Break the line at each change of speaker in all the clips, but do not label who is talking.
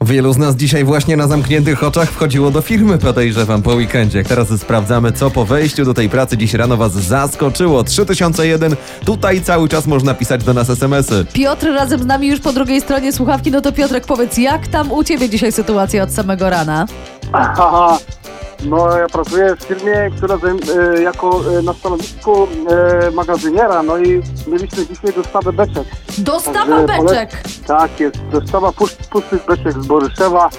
Wielu z nas dzisiaj właśnie na zamkniętych oczach wchodziło do firmy, podejrzewam, po weekendzie. Teraz sprawdzamy, co po wejściu do tej pracy dziś rano was zaskoczyło. 3001, tutaj cały czas można pisać do nas SMS-y.
Piotr razem z nami już po drugiej stronie słuchawki. No to Piotrek, powiedz, jak tam u ciebie dzisiaj sytuacja od samego rana?
Aha. No, ja pracuję w firmie, która zajm- e, jako e, na stanowisku e, magazyniera, no i mieliśmy dzisiaj dostawę beczek.
Dostawa
Także pole-
beczek!
Tak jest, dostawa pust- pustych beczek z Boryszewa.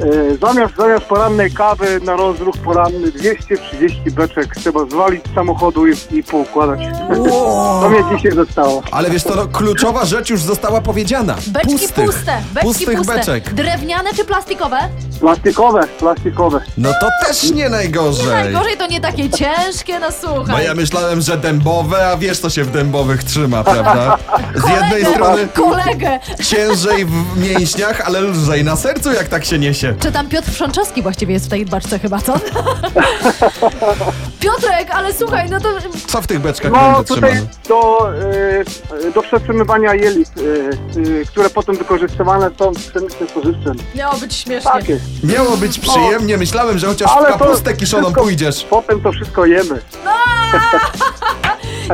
E, zamiast, zamiast porannej kawy na rozruch poranny 230 beczek trzeba zwalić z samochodu i, i poukładać. To mnie dzisiaj zostało.
Ale wiesz co, no, kluczowa rzecz już została powiedziana.
Beczki
Pustych.
puste, beczki
Pustych
puste.
beczek.
Drewniane czy plastikowe?
Plastikowe, plastikowe.
No to też nie najgorzej.
Najgorzej to nie takie ciężkie, no słuchaj.
Bo ja myślałem, że dębowe, a wiesz co się w dębowych trzyma, prawda? Z jednej
Kolegę,
strony
Kolegę!
ciężej w mięśniach, ale lżej na sercu, jak tak się niesie.
Czy tam Piotr Frzączewski właściwie jest w tej baczce chyba, co?
Piotrek, ale słuchaj, no to
Co w tych beczkach
No
będzie
tutaj
trzymane?
do, e, do przetrzymywania jelit, e, e, które potem wykorzystywane są w przemyśle spożywczym.
miało być śmiesznie.
Tak jest.
Miało być przyjemnie, myślałem, że chociaż w
Ale to
kapustę kiszoną
wszystko-
pójdziesz.
Potem to wszystko jemy. tak.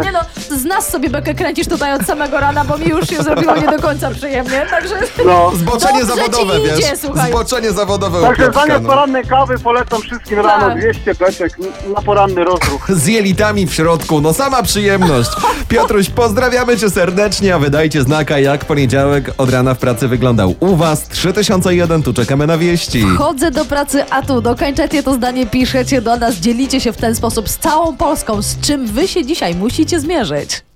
Nie no, z nas sobie bekę kręcisz tutaj od samego rana, bo mi już się zrobiło nie do końca przyjemnie, także...
No.
Zboczenie
Dobrze ci
zawodowe,
idzie,
wiesz?
słuchaj.
Zboczenie zawodowe u
Także
Piotrka,
zamiast
no.
porannej kawy polecam wszystkim rano 200 beczek n- na poranny rozruch.
z jelitami w środku. No sama przyjemność. Piotruś, pozdrawiamy cię serdecznie, a wydajcie znaka, jak poniedziałek od rana w pracy wyglądał. U was 3001, tu czekamy na wieści.
Chodzę do pracy, a tu dokończacie to zdanie, piszecie do nas, dzielicie się w ten sposób z całą Polską, z czym wy się dzisiaj musicie zmierzyć.